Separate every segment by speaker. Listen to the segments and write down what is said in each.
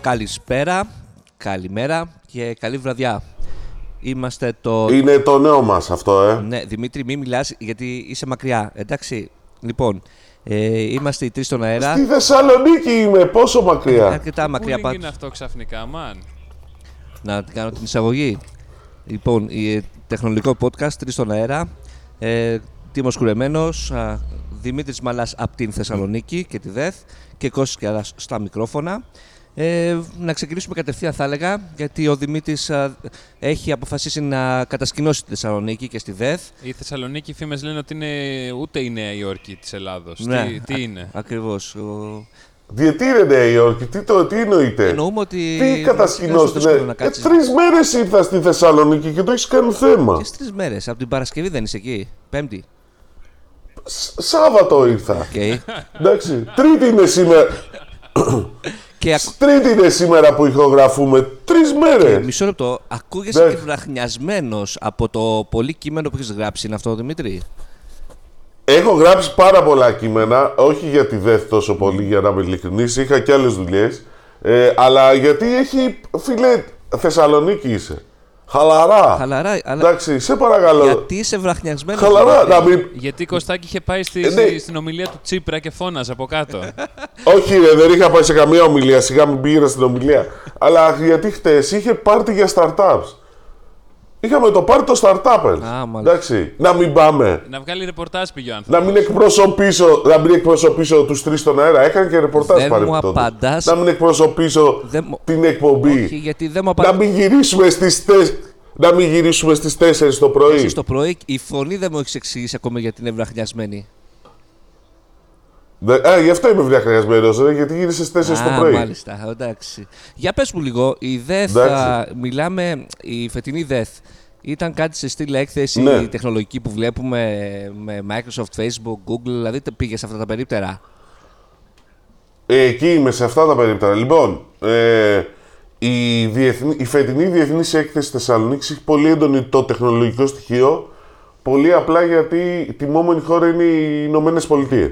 Speaker 1: Καλησπέρα, καλημέρα και καλή βραδιά. Είμαστε το.
Speaker 2: Είναι το νέο μας αυτό, ε.
Speaker 1: Ναι, Δημήτρη, μην μιλάς γιατί είσαι μακριά. Εντάξει. Λοιπόν, ε, είμαστε οι τρεις στον αέρα.
Speaker 2: Στη Θεσσαλονίκη είμαι, πόσο μακριά.
Speaker 1: Αρκετά μακριά
Speaker 3: Πούλινγκ
Speaker 1: πάντω.
Speaker 3: είναι αυτό ξαφνικά, μαν.
Speaker 1: Να κάνω την εισαγωγή. Λοιπόν, η, τεχνολογικό podcast, τρεις στον αέρα. Ε, Τίμος Κουρεμένος, α, Δημήτρης Μαλάς από την Θεσσαλονίκη και τη ΔΕΘ και Κώστας Κιαράς στα μικρόφωνα. Ε, να ξεκινήσουμε κατευθείαν θα έλεγα, γιατί ο Δημήτρης α, έχει αποφασίσει να κατασκηνώσει τη Θεσσαλονίκη και στη ΔΕΘ.
Speaker 3: Η Θεσσαλονίκη, οι φήμες λένε ότι είναι ούτε η Νέα Υόρκη της Ελλάδος.
Speaker 1: Ναι.
Speaker 3: Τι, τι είναι.
Speaker 1: Ακριβώς. Ο-
Speaker 2: Γιατί είναι Νέα Υόρκη, τι, το, τι εννοείται.
Speaker 1: Εννοούμε ότι...
Speaker 2: Τι κατασκηνώστε.
Speaker 1: δύσκολο να
Speaker 2: Ναι. Ε,
Speaker 1: κάτσεις.
Speaker 2: Τρεις μέρες ήρθα στη Θεσσαλονίκη και το έχεις κάνει θέμα.
Speaker 1: Και στις τρεις μέρες. Από την Παρασκευή δεν είσαι εκεί. Πέμπτη.
Speaker 2: Σ- Σάββατο ήρθα.
Speaker 1: Οκ.
Speaker 2: Εντάξει. Τρίτη είναι σήμερα.
Speaker 1: και ακ-
Speaker 2: Τρίτη είναι σήμερα που ηχογραφούμε. Τρεις μέρες.
Speaker 1: Μισό λεπτό. Ακούγεσαι
Speaker 2: Ε, Ναι.
Speaker 1: και βραχνιασμένο από το πολύ κείμενο που έχεις γράψει, είναι αυτό, Δημήτρη.
Speaker 2: Έχω γράψει πάρα πολλά κείμενα, όχι γιατί δεν τόσο πολύ για να είμαι ειλικρινής, είχα και άλλες δουλειές, ε, αλλά γιατί έχει, φίλε, Θεσσαλονίκη είσαι. Χαλαρά.
Speaker 1: Χαλαρά, αλλά
Speaker 2: Εντάξει, σε παρακαλώ.
Speaker 1: γιατί είσαι βραχνιασμένος.
Speaker 2: Ναι. Χαλαρά, να μην...
Speaker 3: Γιατί Κωστάκη είχε πάει στη,
Speaker 2: Ε, ναι.
Speaker 3: στην ομιλία του Τσίπρα και φώναζε από κάτω.
Speaker 2: όχι ρε, δεν είχα πάει σε καμία ομιλία, σιγά μην πήγαινα στην ομιλία. αλλά γιατί χτες είχε πάρτι για startups. Είχαμε το πάρτι το startup.
Speaker 1: Α, μάλιστα.
Speaker 2: Εντάξει, να μην πάμε.
Speaker 3: να βγάλει ρεπορτάζ πήγε ο άνθρωπος.
Speaker 2: Να μην εκπροσωπήσω, να μην εκπροσωπήσω τους τρεις στον αέρα. Έκανε και ρεπορτάζ
Speaker 1: Δεν μου
Speaker 2: παρεμπιπτόντως.
Speaker 1: απαντάς.
Speaker 2: Να μην εκπροσωπήσω
Speaker 1: Δεν μου-
Speaker 2: την εκπομπή.
Speaker 1: Όχι, γιατί δεν μου
Speaker 2: Να
Speaker 1: απαντήσει
Speaker 2: μην γυρίσουμε στις τεσ... Να μην γυρίσουμε στις 4 το πρωί.
Speaker 1: το πρωί. Η φωνή δεν μου έχεις εξηγήσει ακόμα γιατί είναι βραχνιασμένη.
Speaker 2: Δε- Α, γι' αυτό είμαι βραχνιασμένος, ρε, γιατί γύρισε στις 4 το
Speaker 1: Α,
Speaker 2: πρωί.
Speaker 1: μάλιστα. Εντάξει. Για πες μου λίγο, η ΔΕΘ.
Speaker 2: Εντάξει.
Speaker 1: α, Μιλάμε, η φετινή ΔΕΘ ήταν κάτι σε στήλη έκθεση
Speaker 2: Ναι.
Speaker 1: τεχνολογική που βλέπουμε με Microsoft, Facebook, Google. Δηλαδή πήγες σε αυτά τα περίπτερα.
Speaker 2: Ε, εκεί είμαι σε αυτά τα περίπτερα. Λοιπόν, ε, η, διεθνή, η φετινή διεθνής έκθεση Θεσσαλονίκης έχει πολύ έντονο το τεχνολογικό στοιχείο. Πολύ απλά γιατί η τιμόμενη χώρα είναι οι Ηνωμένες Πολιτείες.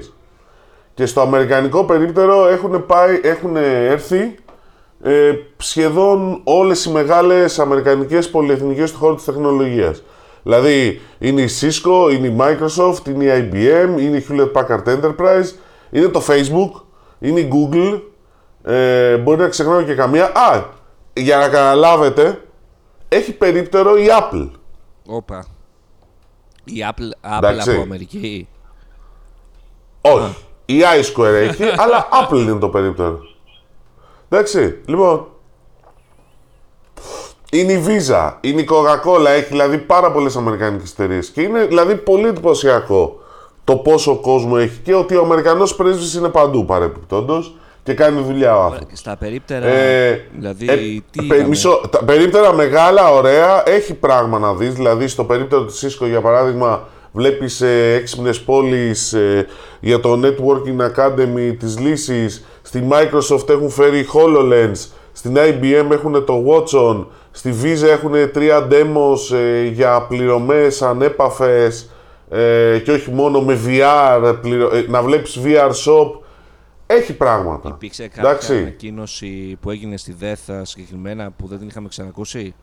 Speaker 2: Και στο αμερικανικό περίπτερο έχουν, πάει, έχουν έρθει ε, σχεδόν όλες οι μεγάλες αμερικανικές πολυεθνικές του χώρου της τεχνολογίας. Δηλαδή είναι η Cisco, είναι η Microsoft, είναι η IBM, είναι η Hewlett Packard Enterprise, είναι το Facebook, είναι η Google, ε, μπορεί να ξεχνάω και καμία. Α, για να καταλάβετε, έχει περίπτερο η Apple.
Speaker 1: Όπα. Η Apple, Apple
Speaker 2: Εντάξει.
Speaker 1: από Αμερική.
Speaker 2: Όχι. Η iSquare έχει, αλλά Apple είναι το περίπτερο. Εντάξει, λοιπόν. Είναι η Visa, είναι η Coca-Cola, έχει δηλαδή πάρα πολλές αμερικανικές εταιρείες. Και είναι δηλαδή πολύ εντυπωσιακό το πόσο κόσμο έχει και ότι ο Αμερικανός πρέσβης είναι παντού παρεπιπτόντος και κάνει δουλειά ο άνθρωπος.
Speaker 1: Στα περίπτερα.
Speaker 2: Ε,
Speaker 1: δηλαδή,
Speaker 2: ε,
Speaker 1: τι.
Speaker 2: πε-
Speaker 1: είδαμε.
Speaker 2: μισό, τα περίπτερα μεγάλα, ωραία, έχει πράγμα να δεις. Δηλαδή, στο περίπτερο της Cisco, για παράδειγμα, βλέπεις ε, έξυπνες πόλεις ε, για το Networking Academy της λύσης. Στη Microsoft έχουν φέρει HoloLens, στην IBM έχουν το Watson, στη Visa έχουν τρία demos ε, για πληρωμές, ανέπαφες ε, και όχι μόνο με VR, πληρω- ε, να βλέπεις VR Shop. Έχει πράγματα.
Speaker 1: Υπήρξε κάποια
Speaker 2: Εντάξει.
Speaker 1: ανακοίνωση που έγινε στη ΔΕΘΑ συγκεκριμένα που δεν την είχαμε ξανακούσει.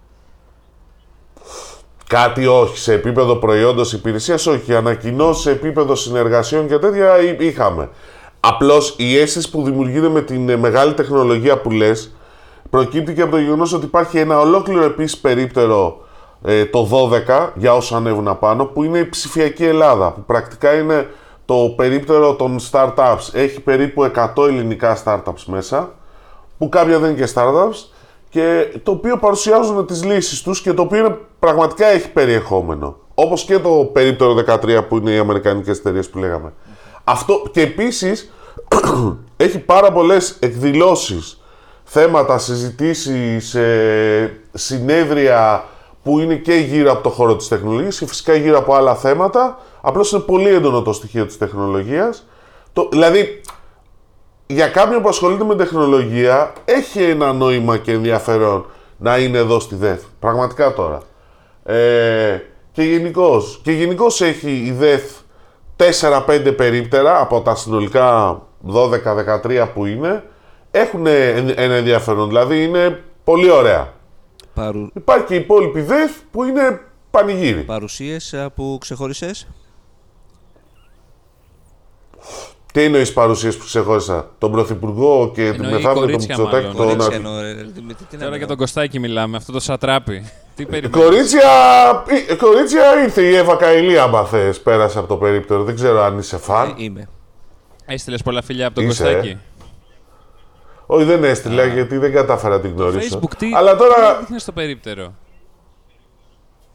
Speaker 2: Κάτι όχι σε επίπεδο προϊόντος υπηρεσίας, όχι. Ανακοινώσεις σε επίπεδο συνεργασιών και τέτοια εί- είχαμε. Απλώς η αίσθηση που δημιουργείται με την ε, μεγάλη τεχνολογία που λες προκύπτει και από το γεγονός ότι υπάρχει ένα ολόκληρο επίσης περίπτερο ε, το 12 για όσους ανέβουν απάνω που είναι η ψηφιακή Ελλάδα που πρακτικά είναι το περίπτερο των startups. Έχει περίπου 100 ελληνικά startups μέσα που κάποια δεν είναι και startups και το οποίο παρουσιάζουν τις λύσεις τους και το οποίο είναι, πραγματικά έχει περιεχόμενο. Όπως και το περίπτερο 13 που είναι οι αμερικανικές εταιρείες που λέγαμε. Αυτό και επίσης έχει πάρα πολλές εκδηλώσεις, θέματα, συζητήσεις, ε, συνέδρια που είναι και γύρω από το χώρο της τεχνολογίας και φυσικά γύρω από άλλα θέματα. Απλώς είναι πολύ έντονο το στοιχείο της τεχνολογίας. Το, δηλαδή για κάποιον που ασχολείται με τεχνολογία έχει ένα νόημα και ενδιαφέρον να είναι εδώ στη ΔΕΘ. Πραγματικά τώρα. Ε, και γενικώς. Και γενικώς έχει η ΔΕΘ 4-5 περίπτερα από τα συνολικά 12-13 που είναι. έχουν ένα ενδιαφέρον. Δηλαδή είναι πολύ ωραία.
Speaker 1: Παρου...
Speaker 2: Υπάρχει και η υπόλοιπη ΔΕΘ που είναι πανηγύρι.
Speaker 1: Παρουσίες από ξεχώρισες.
Speaker 2: Τι εννοείς παρουσίες που ξεχώρισα, τον Πρωθυπουργό και την
Speaker 3: Εννοεί
Speaker 2: μεθαύριο τον
Speaker 3: κορίτσια
Speaker 2: Μητσοτάκη.
Speaker 3: μάλλον.
Speaker 2: Τον...
Speaker 1: Κορίτσια
Speaker 2: Αντι-
Speaker 1: εννοώ, ρε, ε, Δημήτρη,
Speaker 2: Ναι,
Speaker 1: τι να
Speaker 3: Τώρα
Speaker 1: εννοώ.
Speaker 3: για τον Κωστάκη μιλάμε, αυτό το σατράπι. Τι περιμένεις.
Speaker 2: Κορίτσια... ε, κορίτσια ήρθε η Εύα Καηλή, άμα θες, πέρασε από το περίπτερο. Δεν ξέρω αν είσαι
Speaker 3: Ε,
Speaker 2: φαν.
Speaker 1: Ε, Είμαι.
Speaker 3: Έστειλες πολλά φιλιά από τον
Speaker 2: Είσαι,
Speaker 3: Κωστάκη.
Speaker 2: Όχι, δεν έστειλα γιατί δεν κατάφερα να την γνωρίσω.
Speaker 3: ε, Facebook τι.
Speaker 2: ε, Αλλά
Speaker 3: τι
Speaker 2: τώρα
Speaker 3: δείχνεις στο περίπτερο.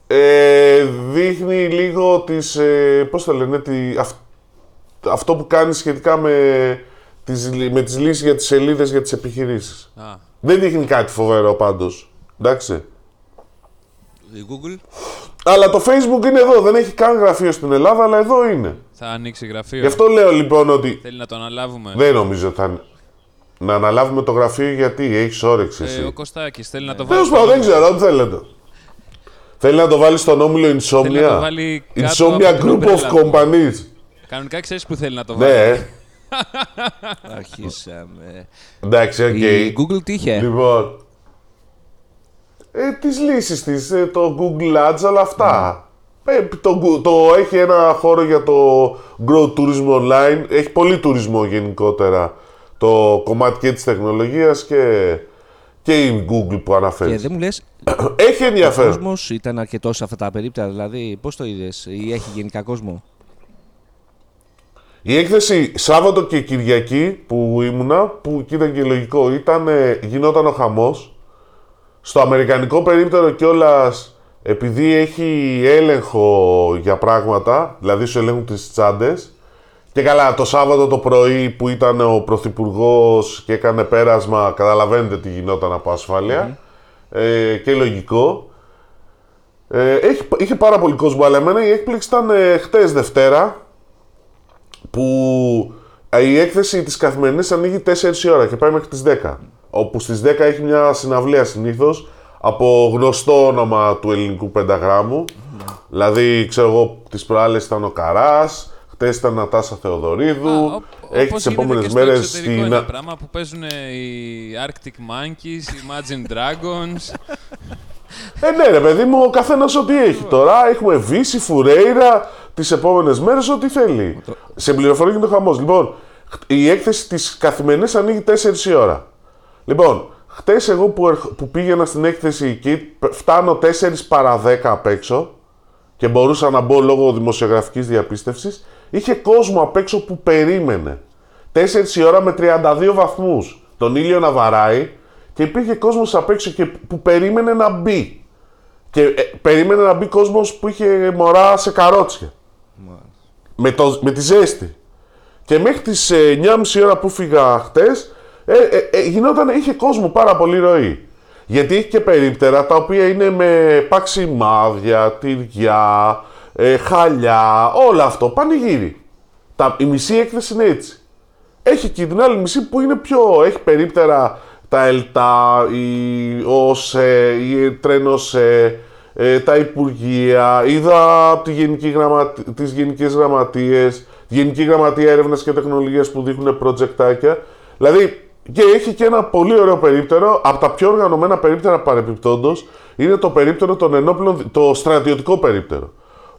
Speaker 2: ε, δείχνει λίγο τις, Ε, Πώς το λένε, τη, αυ- αυτό που κάνεις σχετικά με τις, λι- με τις λύσεις για τις σελίδες για τις επιχειρήσεις.
Speaker 3: Α,
Speaker 2: Δεν δείχνει κάτι φοβερό πάντως. Εντάξει.
Speaker 1: Η Google.
Speaker 2: Αλλά το Facebook είναι εδώ. Δεν έχει καν γραφείο στην Ελλάδα, αλλά εδώ είναι.
Speaker 3: θα ανοίξει γραφείο.
Speaker 2: Γι' αυτό λέω λοιπόν ότι
Speaker 3: Θέλει να το αναλάβουμε.
Speaker 2: δεν νομίζω θα είναι. Να αναλάβουμε το γραφείο γιατί έχεις όρεξη
Speaker 3: Ε, ο
Speaker 2: εσύ.
Speaker 3: Κωστάκης θέλει να το βάλει.
Speaker 2: Τέλος πάντων, δεν ξέρω, ό,τι θέλετε. Θέλει να το βάλει στον όμιλο
Speaker 3: Θέλει να το
Speaker 2: Insomnia.
Speaker 3: βάλει κάτω από
Speaker 2: Insomnia
Speaker 3: την
Speaker 2: Group of
Speaker 3: ομπρέλα.
Speaker 2: Companies.
Speaker 3: Κανονικά ξέρεις που θέλει να το βάλει.
Speaker 2: Ναι, ε.
Speaker 1: Αρχίσαμε.
Speaker 2: εντάξει, οκ.
Speaker 1: Η Google τι είχε.
Speaker 2: Λοιπόν. Ε, τις λύσεις της, ε, το Google Ads, αλλά αυτά. Ε, το, Gu- το, έχει ένα χώρο για το Grow Tourism Online. Έχει πολύ τουρισμό γενικότερα. Το κομμάτι και της τεχνολογίας και, και η Google που
Speaker 1: Και
Speaker 2: αναφέρει.
Speaker 1: δεν μου λες,
Speaker 2: Έχει
Speaker 1: ο
Speaker 2: ενδιαφέρον.
Speaker 1: κόσμος ήταν αρκετός σε αυτά τα περίπτερα. Δηλαδή, πώς το είδες, ή έχει γενικά κόσμο.
Speaker 2: Η έκθεση Σάββατο και Κυριακή που ήμουνα, που και ήταν και λογικό, ήταν, ε, γινόταν ο χαμός. Στο αμερικανικό περίπτερο κιόλας, επειδή έχει έλεγχο για πράγματα, δηλαδή σου ελέγχουν τις τσάντες, και καλά, το Σάββατο το πρωί που ήταν ο Πρωθυπουργός και έκανε πέρασμα, καταλαβαίνετε τι γινόταν από ασφάλεια. Ε, και λογικό. Ε, έχει, είχε πάρα πολύ κόσμο, αλλά εμένα η έκπληξη ήταν ε, χτες Δευτέρα, που ε, η έκθεση της καθημερινής ανοίγει 4 η ώρα και πάει μέχρι τις 10. Όπου στις 10 έχει μια συναυλία συνήθως από γνωστό όνομα του ελληνικού πενταγράμμου. Δηλαδή, ξέρω εγώ, τις προάλλες ήταν ο Καράς, χτες ήταν η Νατάσα Θεοδωρίδου.
Speaker 3: Α, ο-
Speaker 2: έχει
Speaker 3: όπως
Speaker 2: τις
Speaker 3: γίνεται και
Speaker 2: επόμενες
Speaker 3: στο
Speaker 2: μέρες
Speaker 3: εξωτερικό
Speaker 2: στην...
Speaker 3: Ένα πράγμα που παίζουν οι Arctic Monkeys, οι Imagine Dragons.
Speaker 2: Ε, ναι, ρε παιδί μου, ο καθένας ό,τι έχει. Τώρα έχουμε βύση, φουρέιρα, τις επόμενες μέρες, ό,τι θέλει. Σε πληροφορία γίνεται χαμός. Λοιπόν, χ- η έκθεση της καθημερινής ανοίγει 4 η ώρα. Λοιπόν, χτες εγώ που, ερχ- που πήγαινα στην έκθεση εκεί, π- φτάνω 4 παρα 10 απ' έξω και μπορούσα να μπω λόγω δημοσιογραφικής διαπίστευσης, είχε κόσμο απ' έξω που περίμενε. 4 η ώρα με 32 βαθμούς, τον ήλιο να βαράει και υπήρχε κόσμος απ' έξω και που περίμενε να μπει. Και ε, περίμενε να μπει κόσμος που είχε μωρά σε καρότσια. Με, το, με τη ζέστη. Και μέχρι τις ε, 9.30 ώρα που φύγα χτες, ε, ε, ε, γινόταν, είχε κόσμο πάρα πολύ ροή. Γιατί έχει και περίπτερα τα οποία είναι με παξιμάδια, τυριά, ε, χαλιά, όλο αυτό, πανηγύρι. Τα, η μισή έκθεση είναι έτσι. Έχει και την άλλη μισή που είναι πιο, έχει περίπτερα τα ΕΛΤΑ, η ΟΣΕ, η ΤΡΕΝΟΣΕ, ε, τα Υπουργεία, είδα από τη Γενική Γραμματ... τις Γενικές Γραμματείες, τη Γενική Γραμματεία Έρευνας και Τεχνολογίας που δείχνουν προτζεκτάκια. Δηλαδή, και έχει και ένα πολύ ωραίο περίπτερο, από τα πιο οργανωμένα περίπτερα παρεπιπτόντος, είναι το περίπτερο των ενόπλων, το στρατιωτικό περίπτερο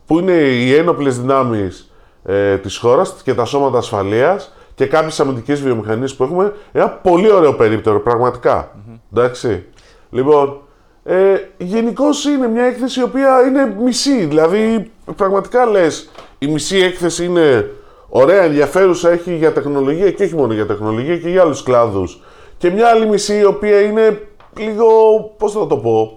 Speaker 2: που είναι οι ένοπλες δυνάμεις ε, της χώρας και τα σώματα ασφαλείας και κάποιες αμυντικές βιομηχανίες που έχουμε. Ένα πολύ ωραίο περίπτερο, πραγματικά. Εντάξει. Λοιπόν, ε, Γενικώς είναι μια έκθεση η οποία είναι μισή. Δηλαδή, πραγματικά λες, η μισή έκθεση είναι ωραία, ενδιαφέρουσα, έχει για τεχνολογία και όχι μόνο για τεχνολογία και για άλλους κλάδους. Και μια άλλη μισή η οποία είναι λίγο, πώς θα το πω,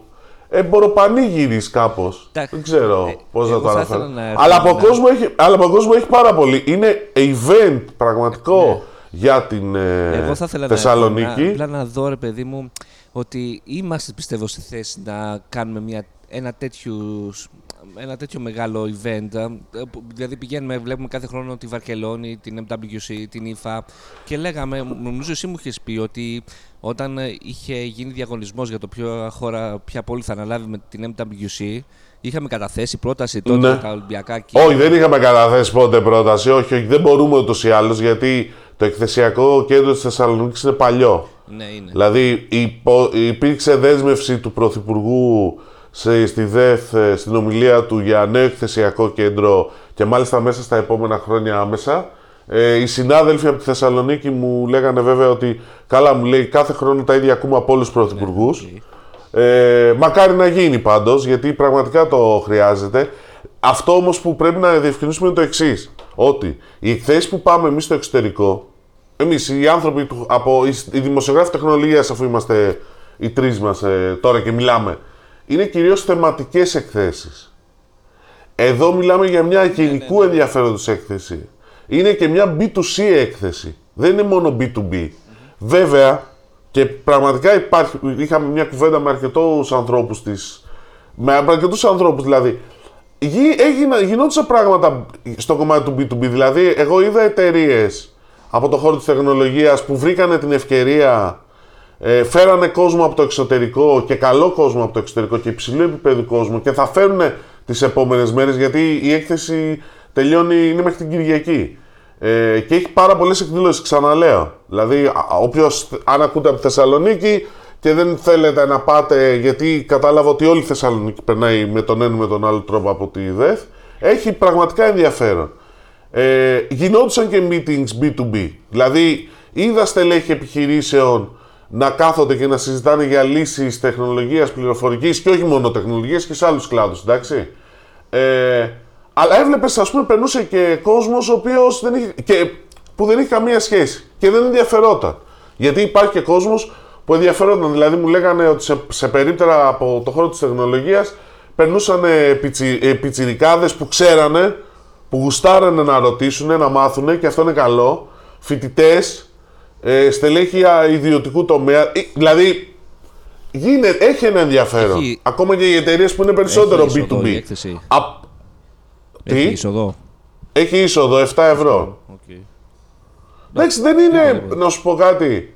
Speaker 2: εμποροπανήγυρης κάπως.
Speaker 1: Εντάξει.
Speaker 2: Δεν ξέρω
Speaker 1: Ε,
Speaker 2: πώς να
Speaker 1: εγώ
Speaker 2: το
Speaker 1: θα
Speaker 2: αναφέρω.
Speaker 1: ήθελα να έρθω
Speaker 2: Αλλά από,
Speaker 1: να-
Speaker 2: κόσμο έχει, αλλά από κόσμο έχει πάρα πολύ. Είναι event πραγματικό για την ε,
Speaker 1: Ναι. Εγώ θα ήθελα
Speaker 2: Θεσσαλονίκη.
Speaker 1: να, απλά να δω, ρε παιδί μου, ότι είμαστε πιστεύω στη θέση να κάνουμε μια, ένα, τέτοιο, ένα τέτοιο μεγάλο event. α, που- Δηλαδή πηγαίνουμε, βλέπουμε κάθε χρόνο τη Βαρκελόνη, την MWC, την IFA και λέγαμε, νομίζω εσύ μου είχες πει ότι όταν ε, είχε γίνει διαγωνισμός για το ποια χώρα, ποια πόλη θα αναλάβει με την MWC, είχαμε καταθέσει πρόταση τότε
Speaker 2: Ναι.
Speaker 1: τα Ολυμπιακά και...
Speaker 2: Όχι, δεν είχαμε καταθέσει πότε πρόταση. Όχι, όχι, δεν μπορούμε ούτως ή άλλως γιατί το εκθεσιακό κέντρο της Θεσσαλονίκης είναι παλιό.
Speaker 1: Ναι, είναι.
Speaker 2: Δηλαδή υπο- υπήρξε δέσμευση του Πρωθυπουργού σε, στη ΔΕΘ, ε, στην ομιλία του για νέο εκθεσιακό κέντρο και μάλιστα μέσα στα επόμενα χρόνια άμεσα. Ε, οι συνάδελφοι από τη Θεσσαλονίκη μου λέγανε βέβαια ότι καλά μου λέει κάθε χρόνο τα ίδια ακούμε από όλους τους πρωθυπουργούς. Ε, μακάρι να γίνει πάντως γιατί πραγματικά το χρειάζεται. Αυτό όμως που πρέπει να διευκρινίσουμε είναι το εξής. Ότι οι εκθέσεις που πάμε εμείς στο εξωτερικό, εμείς οι άνθρωποι, του, από, οι δημοσιογράφοι τεχνολογίας αφού είμαστε οι τρεις μας ε, τώρα και μιλάμε, είναι κυρίως θεματικές εκθέσεις. Εδώ μιλάμε για μια γενικού ενδιαφέροντος έκθεση. Είναι και μια B2C έκθεση. Δεν είναι μόνο B2B. Βέβαια, και πραγματικά υπάρχει, είχαμε μια κουβέντα με αρκετούς ανθρώπους της, με αρκετούς ανθρώπους δηλαδή, Γι- έγινα- γινόντουσαν πράγματα στο κομμάτι του B2B. Δηλαδή, εγώ είδα εταιρείες από το χώρο της τεχνολογίας που βρήκανε την ευκαιρία, ε, φέρανε κόσμο από το εξωτερικό και καλό κόσμο από το εξωτερικό και υψηλού επίπεδου κόσμο και θα φέρουν τις επόμενες μέρες γιατί η έκθεση τελειώνει, είναι μέχρι την Κυριακή. Ε, και έχει πάρα πολλές εκδηλώσεις, ξαναλέω. Δηλαδή, α- όποιος, αν ακούτε από τη Θεσσαλονίκη και δεν θέλετε να πάτε, γιατί κατάλαβα ότι όλη η Θεσσαλονίκη περνάει με τον ένα ή με τον άλλο τρόπο από τη ΔΕΘ, έχει πραγματικά ενδιαφέρον. Ε, γινόντουσαν και meetings B2B. Δηλαδή, είδα στελέχη επιχειρήσεων να κάθονται και να συζητάνε για λύσεις τεχνολογίας, πληροφορικής και όχι μόνο τεχνολογίας και σε άλλους κλάδους, εντάξει. Ε, αλλά έβλεπες, ας πούμε, περνούσε και κόσμος ο οποίος δεν είχε, και, που δεν είχε καμία σχέση και δεν ενδιαφερόταν. Γιατί υπάρχει και κόσμος που ενδιαφερόταν. Δηλαδή, μου λέγανε ότι σε, σε περίπτερα από το χώρο της τεχνολογίας περνούσαν πιτσιρικάδε ε, που ξέρανε, που γουστάρανε να ρωτήσουν, να μάθουν και αυτό είναι καλό. Φοιτητές, ε, στελέχη α, ιδιωτικού τομέα. Ε, Δηλαδή, γίνεται, έχει ένα ενδιαφέρον.
Speaker 1: Έχει-
Speaker 2: Ακόμα και οι εταιρείες που είναι περισσότερο
Speaker 1: Έχει είσοδο
Speaker 2: B2B.
Speaker 1: η έκθεση.
Speaker 2: Α,
Speaker 1: Έχει
Speaker 2: τι?
Speaker 1: είσοδο.
Speaker 2: Έχει είσοδο 7 ευρώ. Εντάξει, δεν είναι. Να σου πω κάτι.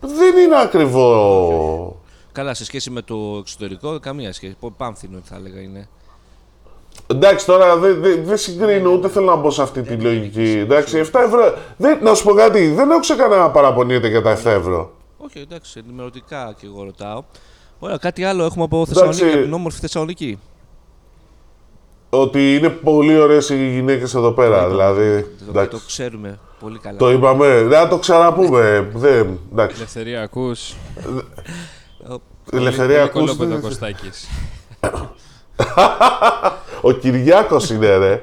Speaker 2: Δεν είναι ακριβό.
Speaker 1: Καλά, σε σχέση με το εξωτερικό, καμία σχέση. Πο- Πάμφθινο θα έλεγα είναι.
Speaker 2: Εντάξει, τώρα δεν δε, δε συγκρίνω, ούτε θέλω να μπω σε αυτή τη λογική. Εντάξει, 7 ευρώ. Δεν, να σου πω κάτι, δεν άκουσα κανένα να παραπονιέται για τα 7 ευρώ.
Speaker 1: Όχι, εντάξει, ενημερωτικά και εγώ ρωτάω. Ωραία, κάτι άλλο έχουμε από Θεσσαλονίκη,
Speaker 2: Εντάξει.
Speaker 1: από την όμορφη Θεσσαλονίκη.
Speaker 2: Ότι είναι πολύ ωραίες οι γυναίκες εδώ πέρα. Δηλαδή.
Speaker 1: Το οποίο το
Speaker 2: Εντάξει,
Speaker 1: ξέρουμε πολύ καλά.
Speaker 2: το είπαμε. Να το ξαναπούμε. Δεν, εντάξει.
Speaker 3: Ελευθερία ακούς.
Speaker 1: Ε,
Speaker 2: Ελευθερία ναι.
Speaker 3: Πολύ κολόπεδο ο
Speaker 2: ακούστε.
Speaker 3: Κωστάκης.
Speaker 2: Ο Κυριάκος είναι, ρε.
Speaker 3: Ε,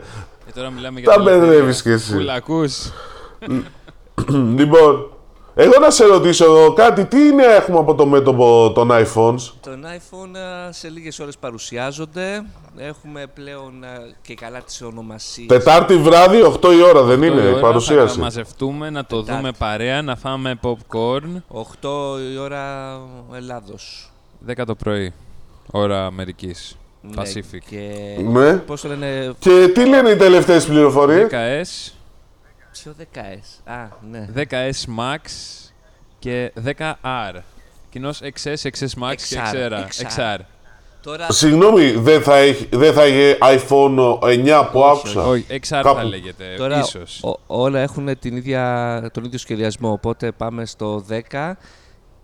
Speaker 3: τώρα μιλάμε για
Speaker 2: Τα
Speaker 3: την ελευθερία.
Speaker 2: μπερδεύεις κι εσύ.
Speaker 3: Φουλ ακούς.
Speaker 2: Λοιπόν, εγώ να σε ρωτήσω κάτι, τι είναι έχουμε από το μέτωπο των iPhones.
Speaker 1: Τον iPhone α, σε λίγες ώρες παρουσιάζονται. Έχουμε πλέον α, και καλά τις ονομασίες.
Speaker 2: Τετάρτη βράδυ, 8 η ώρα δεν
Speaker 3: Τώρα
Speaker 2: είναι η
Speaker 3: θα
Speaker 2: παρουσίαση.
Speaker 3: μαζευτούμε, να το
Speaker 1: Τετάρτη.
Speaker 3: δούμε παρέα, να φάμε popcorn.
Speaker 1: 8 η ώρα Ελλάδος.
Speaker 3: 10 το πρωί, ώρα Αμερικής. Pacific.
Speaker 1: Ναι, Και...
Speaker 2: Ναι.
Speaker 1: Πώς το λένε,
Speaker 2: Και τι λένε οι τελευταίες πληροφορίες.
Speaker 3: 10S,
Speaker 1: ποιο 10S. Α, ναι.
Speaker 3: 10S Max και 10R. Κοινώ XS, XS Max και
Speaker 1: XR.
Speaker 3: XR. XR.
Speaker 1: Τώρα
Speaker 2: Συγγνώμη, δεν θα, έχει, δεν θα είχε iPhone 9 που άκουσα.
Speaker 3: Όχι, XR θα
Speaker 2: Κάπου.
Speaker 3: λέγεται,
Speaker 1: Τώρα
Speaker 3: Ε, ίσως.
Speaker 1: ο- όλα έχουν την ίδια, τον ίδιο σχεδιασμό, οπότε πάμε στο 10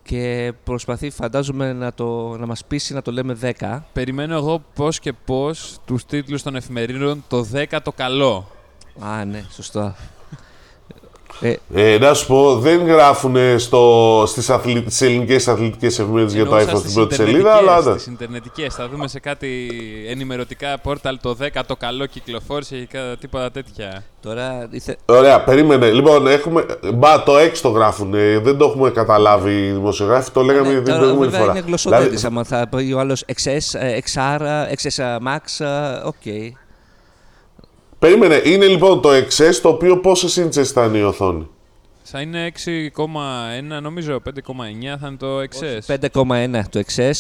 Speaker 1: και προσπαθεί φαντάζομαι να, το, να μας πείσει να το λέμε 10.
Speaker 3: Περιμένω εγώ πώς και πώς τους τίτλους των εφημερίδων το 10 το καλό.
Speaker 1: Α, ναι, σωστά. ε,
Speaker 2: Ε, να σου πω, δεν γράφουν στο, στις, αθλη, στις ελληνικές αθλητικές εφημερίδες για το
Speaker 3: Εννοούσα
Speaker 2: iPhone στην
Speaker 3: στις
Speaker 2: πρώτη σελίδα,
Speaker 3: ιντερνετικές,
Speaker 2: αλλά εντάξει.
Speaker 3: στις ιντερνετικές. Θα δούμε σε κάτι ενημερωτικά πόρταλ το 10 το καλό κυκλοφόρησε και κάτι τίποτα τέτοια.
Speaker 1: τώρα ήθε,
Speaker 2: Ωραία, περίμενε. Λοιπόν, έχουμε. Μπα, το 6 το γράφουν. Δεν το έχουμε καταλάβει οι δημοσιογράφοι. Το λέγαμε
Speaker 1: ναι,
Speaker 2: την
Speaker 1: τώρα
Speaker 2: προηγούμενη
Speaker 1: βέβαια
Speaker 2: ε, φορά.
Speaker 1: είναι γλωσσοδέτης,
Speaker 2: Δηλαδή,
Speaker 1: άμα θα πει ο άλλος XS, ε, XR, ε, XS Max, ε, οκ.
Speaker 2: περίμενε, είναι λοιπόν το 6S το οποίο πόσες ίντσες θα είναι η οθόνη.
Speaker 3: Θα είναι 6,1 νομίζω, 5,9 θα είναι το XS.
Speaker 1: 5,1 το XS,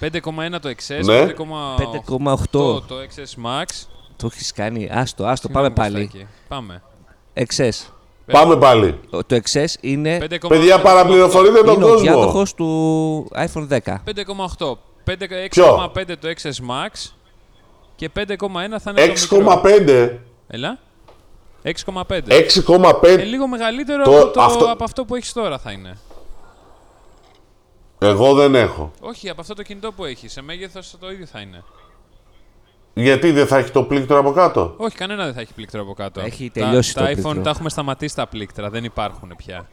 Speaker 3: 5,1 το XS,
Speaker 2: Ναι.
Speaker 1: 5,8
Speaker 3: 5,8 το XS Max.
Speaker 1: το έχεις κάνει, άστο, άστο, πάμε
Speaker 3: Συγγνώμη,
Speaker 1: πάλι.
Speaker 3: Κωστάκη. Πάμε.
Speaker 1: XS.
Speaker 2: Πάμε πάλι.
Speaker 1: Ο- Το XS είναι
Speaker 3: 5,8.
Speaker 2: Παιδιά, παραπληροφορείτε τον
Speaker 1: Είναι ο
Speaker 2: κόσμο.
Speaker 1: διάδοχος του iPhone 10.
Speaker 3: 5,8. 6,5
Speaker 2: Ποιο?
Speaker 3: το XS Max και 5,1 θα είναι το μικρό.
Speaker 2: 6,5.
Speaker 3: Έλα. 6,5.
Speaker 2: 6,5.
Speaker 3: Ε, λίγο μεγαλύτερο
Speaker 2: Το-
Speaker 3: από, το,
Speaker 2: αυτό-
Speaker 3: από αυτό που έχεις τώρα θα είναι.
Speaker 2: Εγώ δεν έχω.
Speaker 3: Όχι, από αυτό το κινητό που έχεις. Σε μέγεθος το ίδιο θα είναι.
Speaker 2: Γιατί δεν θα έχει το πλήκτρο από κάτω.
Speaker 3: Όχι, κανένα δεν θα έχει πλήκτρο από κάτω.
Speaker 1: Έχει
Speaker 3: Τα-
Speaker 1: τελειώσει
Speaker 3: τα,
Speaker 1: το
Speaker 3: iPhone
Speaker 1: πλήκτρο.
Speaker 3: τα έχουμε σταματήσει τα πλήκτρα, δεν υπάρχουν πια.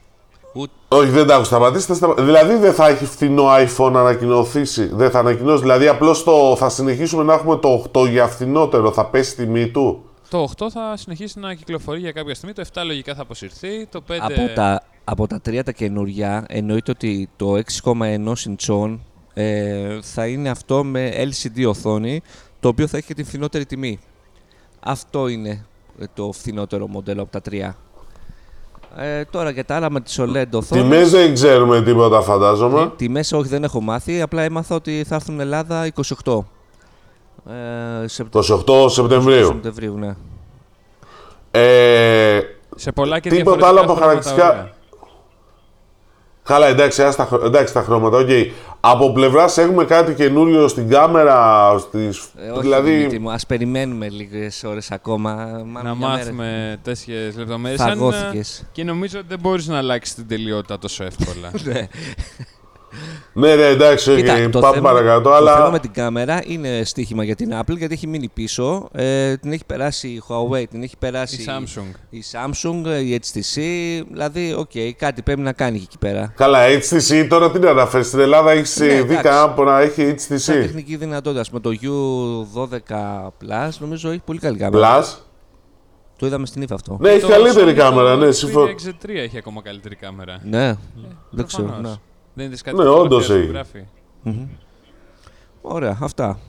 Speaker 2: Όχι, δεν τα έχω σταματήσει. τα σταμα- Δηλαδή δεν θα έχει φθηνό iPhone να ανακοινωθήσει. Δεν θα ανακοινώσει. Δηλαδή απλώς το... θα συνεχίσουμε να έχουμε το 8 για φθηνότερο. Θα πέσει η τιμή του.
Speaker 3: Το 8 θα συνεχίσει να κυκλοφορεί για κάποια στιγμή. Το 7 λογικά θα αποσυρθεί. Το 5.
Speaker 1: Από τα, από τα τρία τα καινούργια, εννοείται ότι το 6,1 συντσών ε, θα είναι αυτό με LCD οθόνη, το οποίο θα έχει και την φθηνότερη τιμή. Αυτό είναι ε, το φθηνότερο μοντέλο από τα τρία. Ε, τώρα για τα άλλα με τις OLED
Speaker 2: Τιμέ
Speaker 1: οθόνες,
Speaker 2: δεν ξέρουμε τίποτα, φαντάζομαι.
Speaker 1: τιμές όχι δεν έχω μάθει, απλά έμαθα ότι θα έρθουν Ελλάδα 28. Ε, Σεπ-
Speaker 2: Το 8 Σεπτεμβρίου.
Speaker 1: Σεπτεμβρίου, ναι.
Speaker 2: Ε,
Speaker 3: Σε πολλά και
Speaker 2: Τίποτα
Speaker 3: διαφορετικά
Speaker 2: άλλο από
Speaker 3: χρώματα,
Speaker 2: χαρακτηριστικά.
Speaker 3: ωραία.
Speaker 2: Καλά, εντάξει, ας τα, χρο- εντάξει τα χρώματα. οκ. Από πλευράς έχουμε κάτι καινούριο στην κάμερα. Στις,
Speaker 1: Ε, όχι, Δημήτρη
Speaker 2: δηλαδή.
Speaker 1: μου, ας περιμένουμε λίγες ώρες ακόμα. μάλλον μια
Speaker 3: Να
Speaker 1: μέρα.
Speaker 3: μάθουμε τέτοιες λεπτομέρειες.
Speaker 1: Φαγώθηκες.
Speaker 3: ε, Και νομίζω ότι δεν μπορείς να αλλάξεις την τελειότητα τόσο εύκολα.
Speaker 1: Ναι.
Speaker 2: Ναι, ναι, εντάξει, οκ,
Speaker 1: Κοίτα, το
Speaker 2: πάμε
Speaker 1: θέμα-
Speaker 2: παρακάτω.
Speaker 1: το θέμα
Speaker 2: αλλά
Speaker 1: με την κάμερα είναι στοίχημα για την Apple γιατί έχει μείνει πίσω. Ε, την έχει περάσει η Huawei, την έχει περάσει
Speaker 3: Η Samsung.
Speaker 1: η Samsung, η HTC. Δηλαδή, οκ, κάτι πρέπει να κάνει και εκεί πέρα.
Speaker 2: Καλά, HTC τώρα τι να αναφέρεις. Στην Ελλάδα έχεις
Speaker 1: Ναι,
Speaker 2: δει
Speaker 1: εντάξει.
Speaker 2: κάπου να έχει
Speaker 1: Σαν
Speaker 2: HTC.
Speaker 1: τεχνική δυνατότητα, ας πούμε, το U12 Plus νομίζω έχει πολύ καλή κάμερα.
Speaker 2: Plus.
Speaker 1: Το είδαμε στην ύφα αυτό.
Speaker 2: Ναι, έχει
Speaker 3: Το
Speaker 2: καλύτερη
Speaker 3: Sony
Speaker 2: κάμερα,
Speaker 3: το
Speaker 2: ναι, συμφωνώ.
Speaker 3: Xperia X3 έχει ακόμα καλύτερη κάμερα.
Speaker 1: Ναι, δεν ξέρω.
Speaker 3: Ε, Προφανώς.
Speaker 1: ναι.
Speaker 3: Δεν είδες κάτι
Speaker 2: Ναι,
Speaker 3: φωτογραφία
Speaker 2: όντως
Speaker 3: που
Speaker 2: έχει.
Speaker 3: γράφει.
Speaker 1: Ωραία, αυτά.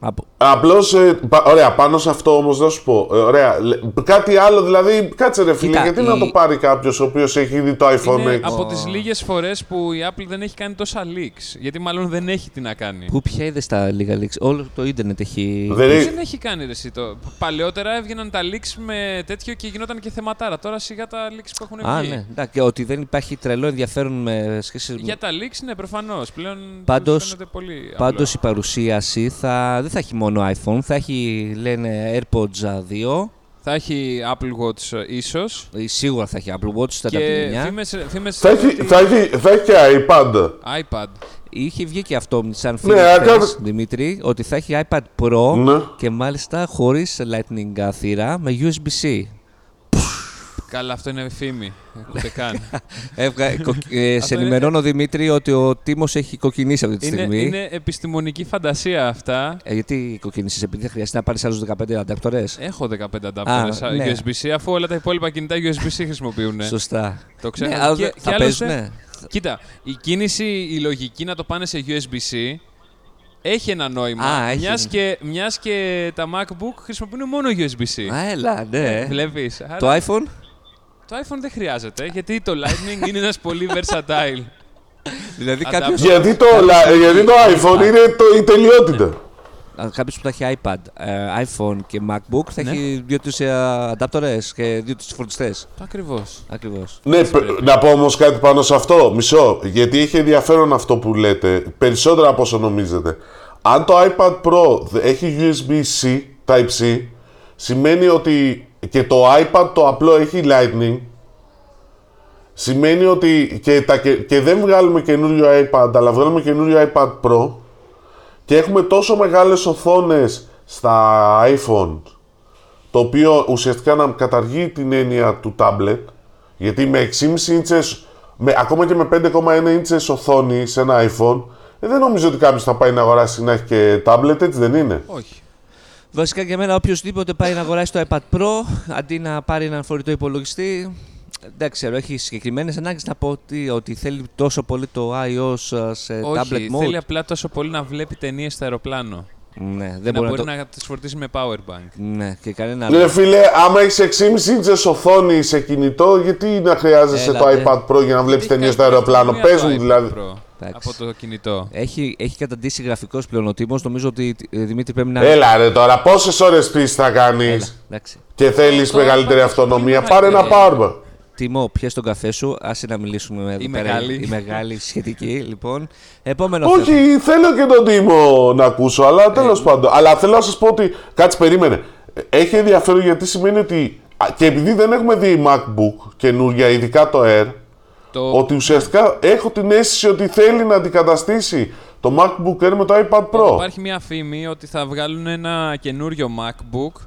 Speaker 1: Από...
Speaker 2: Απλώς. ε, ωραία, πάνω σε αυτό όμως να σου πω. ε, ωραία, λε- κάτι άλλο, δηλαδή. Κάτσε ρε φίλε,
Speaker 1: Κοίτα,
Speaker 2: γιατί
Speaker 1: η-
Speaker 2: να το πάρει κάποιος ο οποίος έχει ήδη το iPhone
Speaker 3: Είναι
Speaker 2: X.
Speaker 3: Ναι, από τις λίγες φορές που η Apple δεν έχει κάνει τόσα leaks. Γιατί μάλλον δεν έχει τι να κάνει.
Speaker 1: Πού πια είδες τα λίγα leaks, όλο το ίντερνετ έχει.
Speaker 2: Δεν έχει-
Speaker 3: Δεν έχει κάνει ρε, εσύ το. Παλαιότερα έβγαιναν τα leaks με τέτοιο και γινόταν και θεματάρα. Τώρα σιγά τα leaks που έχουν βγει.
Speaker 1: Α, ναι, εντάξει, ότι δεν υπάρχει τρελό ενδιαφέρον με σχέση με
Speaker 3: Για τα leaks, ναι, προφανώς. Πλέον
Speaker 1: Πάντως-
Speaker 3: τους φαίνεται πολύ.
Speaker 1: Πάντω
Speaker 3: απλό.
Speaker 1: η παρουσίαση θα, δεν θα έχει μόνο iPhone, θα έχει λένε AirPods 2,
Speaker 3: Θα έχει Apple Watch ίσω.
Speaker 1: ή Ε, σίγουρα θα έχει Apple Watch 39.
Speaker 3: Και φήμες, φήμες
Speaker 2: Θα έχει,
Speaker 3: ότι-
Speaker 2: θα, έχει, θα έχει και iPad.
Speaker 3: iPad.
Speaker 1: Είχε βγει και αυτό σαν φίλο
Speaker 2: άκα-
Speaker 1: Δημήτρη, ότι θα έχει iPad Pro
Speaker 2: Ναι.
Speaker 1: και μάλιστα χωρίς lightning θύρα με USB-C.
Speaker 3: Καλά, αυτό είναι φήμη. Ούτε καν.
Speaker 1: Έβγα- κο- ε, σε
Speaker 3: Αυτό είναι-
Speaker 1: ενημερώνω Δημήτρη ότι ο Τίμος έχει κοκκινήσει αυτή τη
Speaker 3: είναι,
Speaker 1: στιγμή.
Speaker 3: είναι επιστημονική φαντασία αυτά.
Speaker 1: Ε, γιατί κοκκινήσεις, επειδή θα χρειαστεί να πάρεις άλλους 15 αντάκτορες.
Speaker 3: Έχω 15 adapters
Speaker 1: ναι.
Speaker 3: USB-C, αφού όλα τα υπόλοιπα κινητά USB-C χρησιμοποιούν.
Speaker 1: Σωστά.
Speaker 3: ναι. Το ξέρω.
Speaker 1: Ναι, αλλά
Speaker 3: Και- και
Speaker 1: θα
Speaker 3: άλλωστε-
Speaker 1: παίζουν, ναι.
Speaker 3: Κοίτα, η κίνηση, η λογική να το πάνε σε USB-C έχει ένα νόημα.
Speaker 1: Α, έχει.
Speaker 3: Μιας, και, μιας και τα MacBook χρησιμοποιούν μόνο USB-C.
Speaker 1: Α, έλα,
Speaker 3: Ε,
Speaker 1: ναι.
Speaker 3: Βλέπεις. Άρα
Speaker 1: Το iPhone.
Speaker 3: το iPhone δεν χρειάζεται, γιατί το Lightning είναι ένας πολύ versatile.
Speaker 1: Δηλαδή
Speaker 3: Αντά-
Speaker 1: κάποιος,
Speaker 2: Γιατί το,
Speaker 3: Ναι.
Speaker 2: λα- γιατί το iPhone είναι το, η τελειότητα.
Speaker 1: κάποιος που θα έχει iPad, ε, iPhone και MacBook θα έχει δύο-τρεις ε, adapters και δύο-τρεις φορτιστές.
Speaker 3: Ακριβώς.
Speaker 1: Ακριβώς.
Speaker 2: Ναι, πε- να πω όμως κάτι πάνω σε αυτό. Μισό. Γιατί έχει ενδιαφέρον αυτό που λέτε. Περισσότερο από όσο νομίζετε. Αν το iPad Pro δε- έχει USB-C, Type-C, σημαίνει ότι και το iPad το απλό έχει Lightning. Σημαίνει ότι και, τα, και, και δεν βγάλουμε καινούριο iPad, αλλά βγάλουμε καινούριο iPad Pro και έχουμε τόσο μεγάλες οθόνες στα iPhone το οποίο ουσιαστικά να καταργεί την έννοια του tablet, γιατί με 6,5 ίντσες, με, ακόμα και με 5,1 ίντσες οθόνη σε ένα iPhone, ε, δεν νομίζω ότι κάποιος θα πάει να αγοράσει να έχει και tablet, έτσι δεν είναι.
Speaker 3: Όχι.
Speaker 1: Βασικά για μένα οποιοδήποτε πάει να αγοράσει το iPad Pro αντί να πάρει έναν φορητό υπολογιστή δεν ξέρω, έχει συγκεκριμένες ανάγκες να πω ότι, ότι θέλει τόσο πολύ το iOS ε, σε
Speaker 3: Όχι,
Speaker 1: tablet mode.
Speaker 3: θέλει απλά τόσο πολύ να βλέπει ταινίες στο αεροπλάνο.
Speaker 1: Ναι, δεν μπορεί
Speaker 3: να
Speaker 1: να, το...
Speaker 3: μπορεί να τις φορτίσει με powerbank.
Speaker 1: Ναι, και κανένα
Speaker 2: Ρε φίλε, άμα έχεις 6,5 ίντσες οθόνη σε κινητό, γιατί να χρειάζεσαι
Speaker 1: Έλα,
Speaker 2: το
Speaker 1: τε.
Speaker 2: iPad Pro για να βλέπεις
Speaker 3: Έχει
Speaker 2: ταινίε στο
Speaker 3: κάποια
Speaker 2: αεροπλάνο.
Speaker 3: αυτονομία το
Speaker 2: Παίζουν
Speaker 3: iPad
Speaker 2: δηλαδή.
Speaker 3: Pro
Speaker 1: Εντάξει.
Speaker 3: Από το κινητό.
Speaker 1: Έχει, έχει καταντήσει γραφικός πλέον ο Τίμος. Νομίζω ότι ε, Δημήτρη πρέπει να.
Speaker 2: Έλα ρε τώρα, πόσες ώρες πίσω θα κάνεις
Speaker 1: Έλα, εντάξει.
Speaker 2: και θέλεις
Speaker 3: Το
Speaker 2: μεγαλύτερη
Speaker 3: iPad
Speaker 2: αυτονομία.
Speaker 3: είναι
Speaker 2: Πάρε ένα
Speaker 3: high-end.
Speaker 2: powerbank.
Speaker 1: Τιμό, πιες τον καφέ σου, άσε να μιλήσουμε εδώ πέρα.
Speaker 3: μεγάλη.
Speaker 1: Η μεγάλη σχετική, λοιπόν. Επόμενο θέμα.
Speaker 2: Όχι, θέλω και τον Τίμο να ακούσω, αλλά τέλο πάντων. Αλλά θέλω να σας πω ότι. Κάτσε, περίμενε. Έχει ενδιαφέρον γιατί σημαίνει ότι Α, Και επειδή δεν έχουμε δει MacBook καινούργια, ειδικά το Air,
Speaker 3: Το...
Speaker 2: ότι ουσιαστικά έχω την αίσθηση ότι θέλει να αντικαταστήσει το MacBook Air με το iPad Pro.
Speaker 3: Υπάρχει μια φήμη ότι θα βγάλουν ένα καινούριο MacBook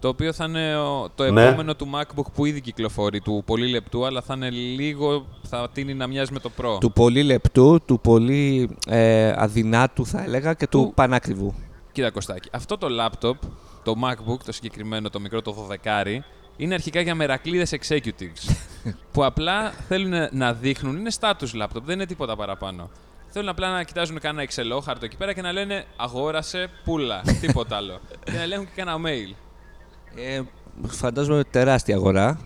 Speaker 3: το οποίο θα είναι ο- το
Speaker 2: Ναι.
Speaker 3: επόμενο του MacBook που ήδη κυκλοφορεί, του πολύ λεπτού, αλλά θα είναι λίγο, θα τίνει να μοιάζει με το Pro.
Speaker 1: Του πολύ λεπτού, του πολύ ε, αδυνάτου θα έλεγα και του πανάκριβου.
Speaker 3: Κοίτα Κωστάκη, αυτό το laptop, το MacBook, το συγκεκριμένο, το μικρό, το 12, είναι αρχικά για μερακλείδες executives. που απλά θέλουν να δείχνουν, είναι status laptop, δεν είναι τίποτα παραπάνω. Θέλουν απλά να κοιτάζουν κανένα εξελόχαρτο εκεί πέρα και να λένε αγόρασε, πουλα, τίποτα άλλο. και να λέγουν και κανένα mail.
Speaker 1: Ε, φαντάζομαι τεράστια αγορά.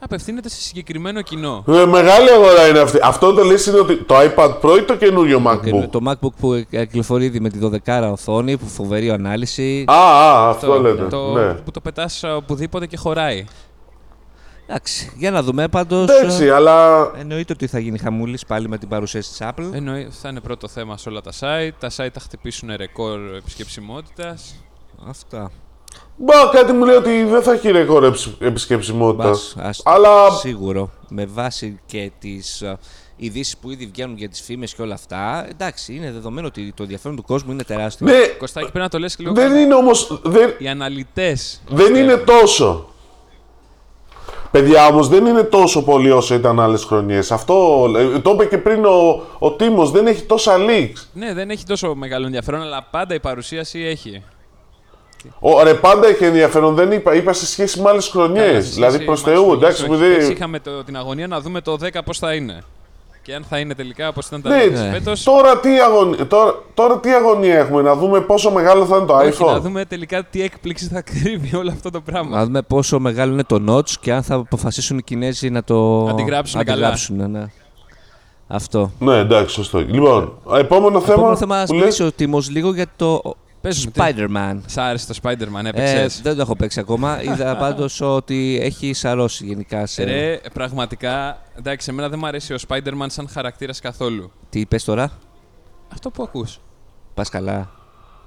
Speaker 3: Απευθύνεται σε συγκεκριμένο κοινό.
Speaker 2: Ε, μεγάλη αγορά είναι αυτή. Αυτό το λες είναι ότι το iPad Pro ή το καινούριο
Speaker 1: Και
Speaker 2: MacBook.
Speaker 1: το MacBook που ε, κυκλοφορεί ήδη με τη 12 οθόνη, που φοβερή ανάλυση.
Speaker 2: Α, α, αυτό λέτε.
Speaker 3: το,
Speaker 2: Ναι.
Speaker 3: Που το πετάς οπουδήποτε και χωράει.
Speaker 1: Εντάξει, για να δούμε πάντως. ε,
Speaker 2: Εντάξει, αλλά
Speaker 1: Εννοείται ότι θα γίνει χαμούλης πάλι με την παρουσίαση της Apple.
Speaker 3: Εννοεί, θα είναι πρώτο θέμα σε όλα τα site. Τα site θα χτυπήσουν ρεκόρ επισκεψιμότητας.
Speaker 1: Αυτά.
Speaker 2: Μπα, κάτι μου λέει ότι δεν θα έχει ρεκόρ επισ- επισκεψιμότητας.
Speaker 1: Μπας, ας-
Speaker 2: Ναι. Αλλά
Speaker 1: Σίγουρο. Με βάση και τις ε, ειδήσεις που ήδη βγαίνουν για τις φήμες και όλα αυτά. Εντάξει, είναι δεδομένο ότι το ενδιαφέρον του κόσμου είναι τεράστιο.
Speaker 2: ναι,
Speaker 3: Κωστάκη, πρέπει να το λες και λίγο
Speaker 2: δεν
Speaker 3: καλά.
Speaker 2: είναι όμως, δεν,
Speaker 3: Οι αναλυτές.
Speaker 2: δεν είναι τόσο. Παιδιά όμως δεν είναι τόσο πολύ όσο ήταν άλλες χρονιές. Αυτό ε, το είπε και πριν ο, ο Τίμος, δεν έχει τόσα leaks.
Speaker 3: Ναι, δεν έχει τόσο μεγάλο ενδιαφέρον, αλλά πάντα η παρουσίαση
Speaker 2: Ε,
Speaker 3: έχει.
Speaker 2: Ο, ρε, πάντα έχει ενδιαφέρον, δεν είπα. Είπα σε σχέση με άλλες χρονιές.
Speaker 3: Καλά, σε
Speaker 2: Δηλαδή
Speaker 3: σχέση
Speaker 2: προς
Speaker 3: με άλλες
Speaker 2: Θεού,
Speaker 3: χρονιές,
Speaker 2: εντάξει, δηλαδή-
Speaker 3: όχι.
Speaker 2: επειδή.
Speaker 3: Εμείς Είχαμε το, την αγωνία να δούμε το 10 πώς θα είναι. Και αν θα είναι τελικά όπως ήταν τα
Speaker 2: Ναι,
Speaker 3: ναι,
Speaker 2: ναι.
Speaker 3: φέτος.
Speaker 2: Τώρα τι, αγωνία, τώρα, τώρα τι αγωνία έχουμε, να δούμε πόσο μεγάλο θα είναι το
Speaker 3: Όχι, να
Speaker 2: iPhone.
Speaker 3: δούμε τελικά τι έκπληξη θα κρύβει όλο αυτό το πράγμα.
Speaker 1: Να δούμε πόσο μεγάλο είναι το notch και αν θα αποφασίσουν οι Κινέζοι να το
Speaker 3: Αντιγράψουν καλά.
Speaker 1: αντιγράψουν, ναι. Αυτό.
Speaker 2: Ναι, εντάξει, σωστό. Λοιπόν, επόμενο θέμα.
Speaker 1: Επόμενο θέμα, ας
Speaker 2: που λες-
Speaker 1: μιλήσει ο Τίμος λίγο για το
Speaker 3: Πες μου, τι-
Speaker 1: Spider-Man.
Speaker 3: Σ' άρεσε το Spider-Man,
Speaker 1: Ε,
Speaker 3: έπαιξες.
Speaker 1: δεν το έχω παίξει ακόμα. Είδα πάντως ότι έχει σαρώσει γενικά σε...
Speaker 3: Ε, Ρε, πραγματικά, εντάξει, εμένα δεν μου αρέσει ο Spider-Man σαν χαρακτήρας καθόλου.
Speaker 1: Τι είπες τώρα,
Speaker 3: Αυτό που ακούς.
Speaker 1: πας καλά.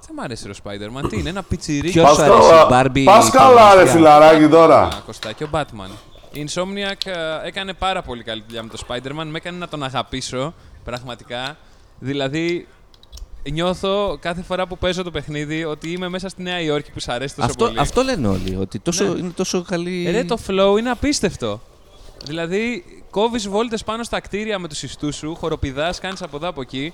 Speaker 3: Δεν μου αρέσει ρε, ο Spider-Man. Τι είναι, ένα πιτσιρίκι.
Speaker 1: Ποιος
Speaker 2: Πας
Speaker 1: σου αρέσει,
Speaker 2: καλά-
Speaker 1: η Barbie,
Speaker 2: πας
Speaker 1: η
Speaker 2: καλά, ρε
Speaker 1: Παλαιστιά?
Speaker 2: φιλαράκι τώρα.
Speaker 3: Α, Κωστάκη, ο Batman. Η Insomniac ε, έκανε πάρα πολύ καλή δουλειά με το Spider-Man. Με έκανε να τον αγαπήσω, πραγματικά. Δηλαδή, νιώθω κάθε φορά που παίζω το παιχνίδι ότι είμαι μέσα στη Νέα Υόρκη που σ' αρέσει τόσο
Speaker 1: Αυτό,
Speaker 3: πολύ. Ναι. Ε,
Speaker 1: αυτό λένε όλοι, ότι τόσο, είναι τόσο καλή...
Speaker 3: Ρε, το flow είναι απίστευτο. Δηλαδή, κόβεις βόλτες πάνω στα κτίρια με τους ιστούς σου, χοροπηδάς, κάνεις από εδώ από εκεί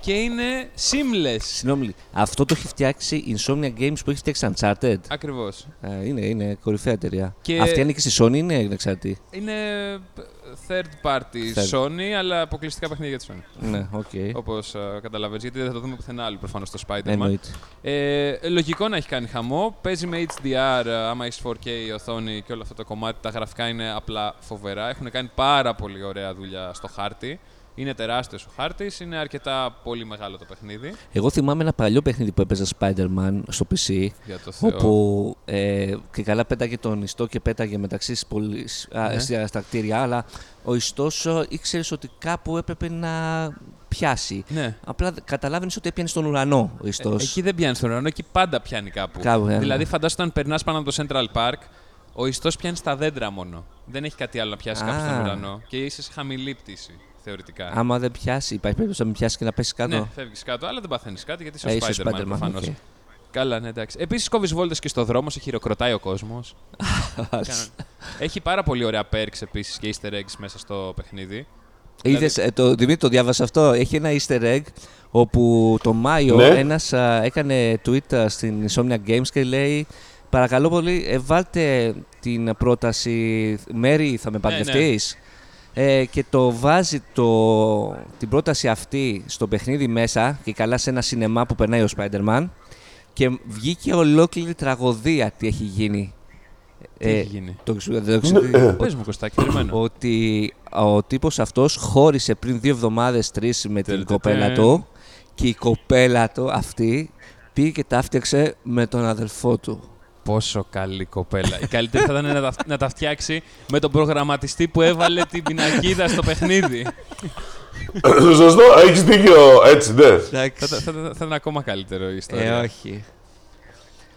Speaker 3: και είναι seamless.
Speaker 1: Συγγνώμη, αυτό το έχει φτιάξει η Insomnia Games που έχει φτιάξει Uncharted.
Speaker 3: Ακριβώς.
Speaker 1: Ε, είναι, είναι κορυφαία εταιρεία.
Speaker 3: Και-
Speaker 1: Αυτή ανήκει στη Sony, είναι εξαρτή.
Speaker 3: Είναι ε, third party
Speaker 1: Third.
Speaker 3: Sony, αλλά αποκλειστικά παιχνίδια της Sony.
Speaker 1: Ναι, οκ.
Speaker 3: Όπως καταλαβαίνει, ε, γιατί δεν θα το δούμε πουθενά άλλο προφανώς το Spider-Man.
Speaker 1: Εννοείται.
Speaker 3: Ε, λογικό να έχει κάνει χαμό. Παίζει με HDR, ε, άμα έχεις 4K η οθόνη και όλο αυτό το κομμάτι. Τα γραφικά είναι απλά φοβερά. Έχουν κάνει πάρα πολύ ωραία δουλειά στο χάρτη. Είναι τεράστιος ο χάρτης, είναι αρκετά πολύ μεγάλο το παιχνίδι.
Speaker 1: Εγώ θυμάμαι ένα παλιό παιχνίδι που έπαιζα Spider-Man στο PC.
Speaker 3: Για το Θεό.
Speaker 1: Όπου ε, και καλά πέταγε τον ιστό και πέταγε μεταξύ στις πόλεις, α,
Speaker 3: Ναι.
Speaker 1: στα- στα κτίρια, αλλά ο ιστός ε, ήξερες ότι κάπου έπρεπε να πιάσει.
Speaker 3: Ναι. Ε,
Speaker 1: Απλά καταλάβαινες ότι έπιανε στον ουρανό ο ιστός.
Speaker 3: Εκεί δεν πιάνει τον ουρανό, εκεί πάντα πιάνει κάπου.
Speaker 1: Κάπου, ναι.
Speaker 3: δηλαδή, φαντάσου όταν περνάς πάνω από το Central Park, ο ιστός πιάνει στα δέντρα μόνο. Δεν έχει κάτι άλλο να πιάσει
Speaker 1: Α.
Speaker 3: κάπου στον ουρανό και είσαι σε χαμηλή πτήση θεωρητικά.
Speaker 1: Άμα δεν πιάσει, υπάρχει περίπτωση να μην πιάσει και να πέσει κάτω.
Speaker 3: Ναι, φεύγεις κάτω, αλλά δεν παθαίνεις κάτι γιατί είσαι
Speaker 1: Ε,
Speaker 3: ο
Speaker 1: είσαι ο
Speaker 3: Spider-Man,
Speaker 1: Spider-Man,
Speaker 3: προφανώς.
Speaker 1: οκ.
Speaker 3: Καλά, ναι, εντάξει. Επίσης κόβεις βόλτες και στο δρόμο, σε χειροκροτάει ο κόσμος. Έχει πάρα πολύ ωραία perks επίσης και easter eggs μέσα στο παιχνίδι. Δηλαδή-
Speaker 1: Είδες, ε, το, Δημήτρη, το διάβασα αυτό. Έχει ένα easter egg όπου το Μάιο
Speaker 2: Ναι.
Speaker 1: ένας α, έκανε tweet α, στην Insomnia Games και λέει «Παρακαλώ πολύ, ε, βάλτε την πρόταση Μέρι, θα με
Speaker 3: Ναι,
Speaker 1: παντρευτείς». Ε, και το βάζει το, την πρόταση αυτή στο παιχνίδι μέσα και καλά σε ένα σινεμά που περνάει ο Spider-Man και βγήκε ολόκληρη τραγωδία τι έχει γίνει. Ε,
Speaker 3: Τι έχει γίνει?
Speaker 1: Το, έχεις- δεν το Ε, έχεις δει?
Speaker 3: Πε Δηλαδή, μου, Κωστάκη, περιμένω.
Speaker 1: ότι ο τύπος αυτός χώρισε πριν δύο εβδομάδες, τρεις με την
Speaker 3: Τελτε,
Speaker 1: κοπέλα
Speaker 3: τε.
Speaker 1: του και η κοπέλα του αυτή πήγε και τα φτιάξε με τον αδερφό του.
Speaker 3: Πόσο καλή κοπέλα. Η καλύτερη θα ήταν να τα, να τα φτιάξει με τον προγραμματιστή που έβαλε την πινακίδα στο παιχνίδι.
Speaker 2: Σωστό, έχεις δίκιο. Έτσι, ναι.
Speaker 3: θα, ήταν- θα, ήταν- θα ήταν ακόμα καλύτερο η
Speaker 1: Ε,
Speaker 3: ιστορία.
Speaker 1: όχι.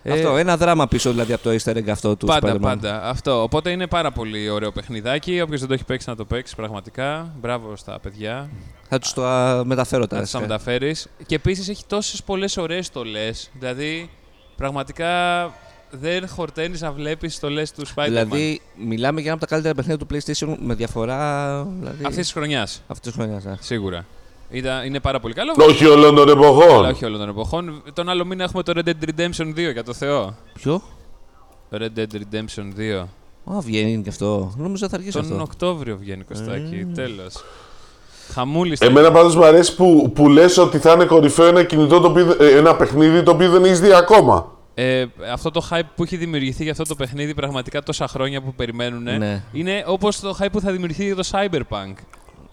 Speaker 1: Αυτό, ένα δράμα πίσω δηλαδή από το easter egg αυτό του
Speaker 3: Ε, Πάντα,
Speaker 1: Spider-Man.
Speaker 3: πάντα. Αυτό. Οπότε είναι πάρα πολύ ωραίο παιχνιδάκι. Όποιος δεν το έχει παίξει, να το παίξει πραγματικά. Μπράβο στα παιδιά.
Speaker 1: Θα τους το α, μεταφέρω
Speaker 3: Να
Speaker 1: τώρα.
Speaker 3: τους τα μεταφέρεις. Και επίσης έχει τόσες πολλές ωραίες στολές. Δηλαδή, πραγματικά δεν χορταίνεις να βλέπεις στολέ του Spider-Man.
Speaker 1: Δηλαδή, μιλάμε για ένα από τα καλύτερα παιχνίδια του PlayStation με διαφορά. Δηλαδή,
Speaker 3: αυτής της χρονιάς.
Speaker 1: αυτής της χρονιάς. ναι.
Speaker 3: Σίγουρα. Ήταν, είναι πάρα πολύ καλό.
Speaker 2: Όχι όλων των
Speaker 3: Αλλά
Speaker 2: εποχών.
Speaker 3: όχι όλων των εποχών. Τον άλλο μήνα έχουμε το Red Dead Redemption 2, για το Θεό.
Speaker 1: Ποιο?
Speaker 3: Red Dead Redemption 2.
Speaker 1: Α, βγαίνει και αυτό. Νομίζω θα αργήσει
Speaker 3: Τον
Speaker 1: αυτό. Mm.
Speaker 3: Οκτώβριο βγαίνει Κωστάκη. Τέλος. Χαμούλης.
Speaker 2: Εμένα πάντως μου αρέσει που, που λες ότι θα είναι κορυφαίο ένα, κινητό το οποίο, ε, ένα παιχνίδι το οποίο δεν έχει δει ακόμα.
Speaker 3: Ε, αυτό το hype που έχει δημιουργηθεί για αυτό το παιχνίδι πραγματικά τόσα χρόνια που περιμένουν
Speaker 1: Ναι.
Speaker 3: είναι όπως το hype που θα δημιουργηθεί για το Cyberpunk.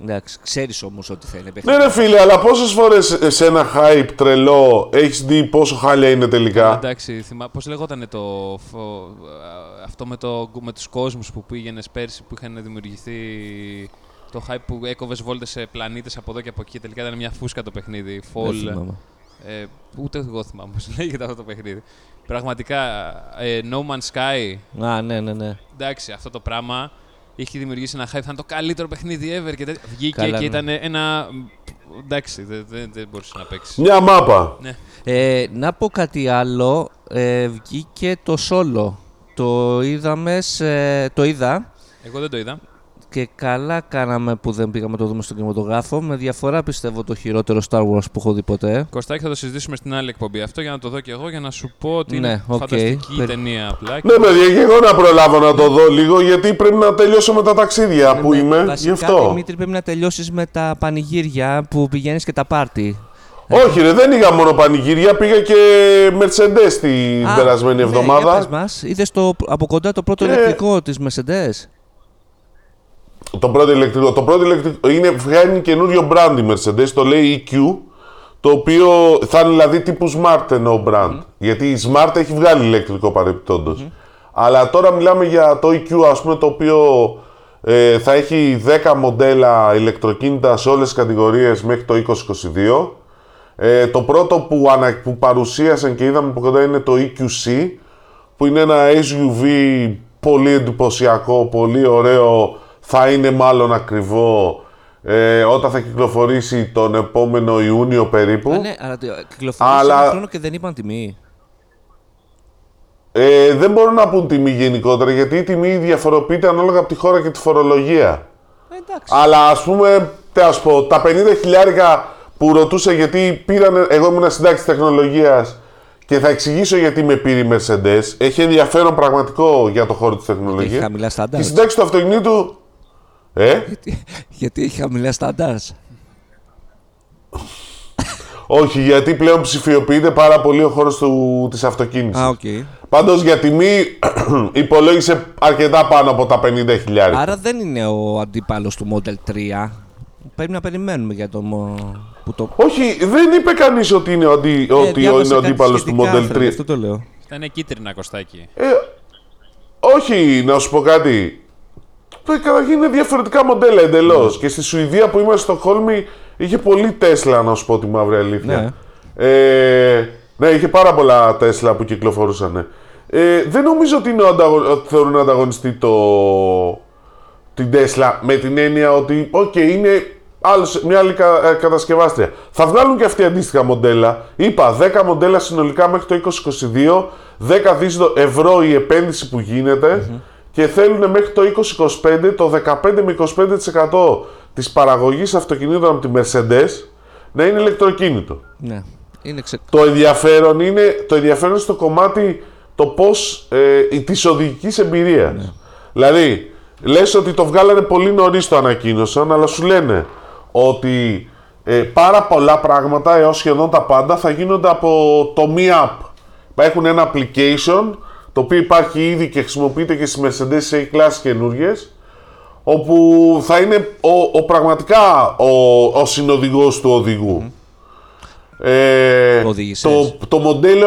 Speaker 1: Εντάξει, ξέρεις όμως ότι θα είναι παιχνίδι.
Speaker 2: Ναι, ρε φίλε, αλλά πόσες φορές σε ένα hype τρελό έχεις δει πόσο χάλια είναι τελικά.
Speaker 3: Ε, Εντάξει, θυμά... πώς λεγόταν το... φο- αυτό με, το... με τους κόσμους που πήγαινες πέρσι που είχαν δημιουργηθεί. Το hype που έκοβες βόλτες σε πλανήτες από εδώ και από εκεί. Τελικά ήταν μια φούσκα το παιχνίδι.
Speaker 1: Δεν
Speaker 3: Fall.
Speaker 1: θυμάμαι.
Speaker 3: Ε, ούτε εγώ θυμάμαι πώς λέγεται αυτό το παιχνίδι. Πραγματικά, ε, No Man's Sky.
Speaker 1: Α, ναι, ναι, ναι.
Speaker 3: Εντάξει, αυτό το πράγμα είχε δημιουργήσει ένα hype. Θα είναι το καλύτερο παιχνίδι ever. Και τέτοια. Βγήκε
Speaker 1: Καλά,
Speaker 3: και
Speaker 1: ναι.
Speaker 3: ήταν ένα. Εντάξει, δεν δε, δεν μπορούσε να παίξει.
Speaker 2: Μια μάπα.
Speaker 3: ναι.
Speaker 1: Ε, να πω κάτι άλλο. Ε, βγήκε το solo. Το είδαμε, σε- το είδα
Speaker 3: Εγώ δεν το είδα.
Speaker 1: και καλά κάναμε που δεν πήγαμε να το δούμε στον κινηματογράφο. Με διαφορά πιστεύω το χειρότερο Star Wars που έχω δει ποτέ.
Speaker 3: Κωστάκη, θα το συζητήσουμε στην άλλη εκπομπή αυτό για να το δω και εγώ για να σου πω ότι
Speaker 1: Ναι,
Speaker 3: είναι
Speaker 1: οκ.
Speaker 3: φανταστική η
Speaker 1: Περι-
Speaker 3: ταινία απλά.
Speaker 2: Ναι, παιδιά, και εγώ να προλάβω να το δω λίγο γιατί πρέπει να τελειώσω με τα ταξίδια που είμαι. Γι'
Speaker 1: Ναι, Βασικά,
Speaker 2: αυτό.
Speaker 1: Δημήτρη, πρέπει να τελειώσεις με τα πανηγύρια που πηγαίνεις και τα πάρτι.
Speaker 2: Όχι, ρε, δεν είχα μόνο πανηγύρια, πήγα και Mercedes την
Speaker 1: Α,
Speaker 2: περασμένη
Speaker 1: ναι,
Speaker 2: εβδομάδα.
Speaker 1: για πες μας, είδες το, από κοντά το πρώτο
Speaker 2: Ε.
Speaker 1: ηλεκτρικό της Mercedes.
Speaker 2: Το πρώτο ηλεκτρικό. Το πρώτο ηλεκτρικό είναι, βγαίνει καινούριο brand η Mercedes, το λέει EQ, το οποίο θα είναι δηλαδή τύπου Smart εννοώ brand. Γιατί η Smart έχει βγάλει ηλεκτρικό παρεπιπτόντως. Αλλά τώρα μιλάμε για το EQ, ας πούμε, το οποίο ε, θα έχει 10 μοντέλα ηλεκτροκίνητα σε όλες τις κατηγορίες μέχρι το 2022. Ε, το πρώτο που, ανα, που παρουσίασαν και είδαμε από κοντά είναι το EQC, που είναι ένα SUV πολύ εντυπωσιακό, πολύ ωραίο, θα είναι μάλλον ακριβό ε, όταν θα κυκλοφορήσει τον επόμενο Ιούνιο περίπου.
Speaker 1: Α, ναι, αλλά το- κυκλοφορεί
Speaker 2: Αλλά-
Speaker 1: Αλλά... ένα χρόνο και δεν είπαν τιμή.
Speaker 2: Ε, δεν μπορούν να πούν τιμή γενικότερα, γιατί η τιμή διαφοροποιείται ανάλογα από τη χώρα και τη φορολογία.
Speaker 1: Ε, εντάξει.
Speaker 2: Αλλά ας πούμε, τι να σου πω, τα 50 χιλιάρικα που ρωτούσα γιατί πήραν, εγώ ήμουν συντάκτης τεχνολογίας και θα εξηγήσω γιατί με πήρε η Mercedes. Έχει ενδιαφέρον πραγματικό για το χώρο της
Speaker 1: Έχει
Speaker 2: τεχνολογίας.
Speaker 1: χαμηλά στάνταρ.
Speaker 2: Η συντάξη του αυτοκινήτου. Ε,
Speaker 1: Γιατί έχει χαμηλά στάνταρ.
Speaker 2: όχι, γιατί πλέον ψηφιοποιείται πάρα πολύ ο χώρος του, της αυτοκίνησης.
Speaker 1: Α, οκ.
Speaker 2: Πάντως για τιμή υπολόγισε αρκετά πάνω από τα 50 χιλιάρικα.
Speaker 1: Άρα δεν είναι ο αντίπαλος του Model 3. Πρέπει να περιμένουμε για το. μο- Που το...
Speaker 2: Όχι, δεν είπε κανείς ότι είναι ο, αντι...
Speaker 1: Ε, διάβασα
Speaker 2: ότι είναι ο
Speaker 1: κάτι
Speaker 2: αντίπαλος του
Speaker 1: σχετικά,
Speaker 2: Model 3.
Speaker 1: Φρέν, Αυτό το λέω.
Speaker 3: Θα είναι κίτρινα Κωστάκη.
Speaker 1: Ε,
Speaker 2: Όχι, να σου πω κάτι. Ε, Καταρχήν είναι διαφορετικά μοντέλα εντελώς. Και στη Σουηδία που είμαστε στο Χόλμη είχε πολύ Τέσλα, να σου πω τη μαύρη αλήθεια. Ναι, ε, ναι είχε πάρα πολλά Τέσλα που κυκλοφορούσαν. Ε, δεν νομίζω ότι, είναι ο ανταγων... ότι θεωρούν ανταγωνιστή το... την Τέσλα με την έννοια ότι, οκ, είναι άλλος, μια άλλη κα- ε, κατασκευάστρια. Θα βγάλουν και αυτοί αντίστοιχα μοντέλα. Είπα, 10 μοντέλα συνολικά μέχρι το 2022, 10 δις δο- ευρώ η επένδυση που γινεται και θέλουν μέχρι το 2025 το 15 με 25% της παραγωγής αυτοκινήτων από τη Mercedes να είναι ηλεκτροκίνητο.
Speaker 1: Ναι. Είναι ξε...
Speaker 2: Το ενδιαφέρον είναι, το ενδιαφέρον είναι στο κομμάτι το πώς ε, της οδηγικής εμπειρίας. Δηλαδή, λες ότι το βγάλανε πολύ νωρίς το ανακοίνωσαν, αλλά σου λένε ότι ε, πάρα πολλά πράγματα έως σχεδόν τα πάντα θα γίνονται από το Mi App. Έχουν ένα application το οποίο υπάρχει ήδη και χρησιμοποιείται και στις Mercedes A-Class καινούργιες όπου θα είναι ο, ο πραγματικά ο, ο συνοδηγός του οδηγού. Ε,
Speaker 1: Το οδήγησες.
Speaker 2: το, το μοντέλο.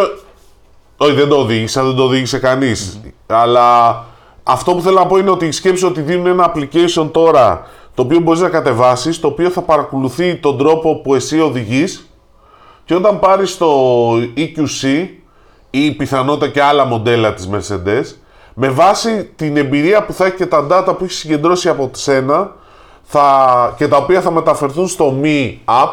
Speaker 2: Όχι, δεν το οδήγησα, δεν το οδήγησε κανείς. Αλλά αυτό που θέλω να πω είναι ότι σκέψω ότι δίνουν ένα application τώρα το οποίο μπορείς να κατεβάσεις, το οποίο θα παρακολουθεί τον E τρόπο που εσύ οδηγείς και όταν πάρεις το EQC ή πιθανότητα και άλλα μοντέλα της Mercedes, με βάση την εμπειρία που θα έχει και τα data που έχει συγκεντρώσει από σένα θα, και τα οποία θα μεταφερθούν στο Mi App,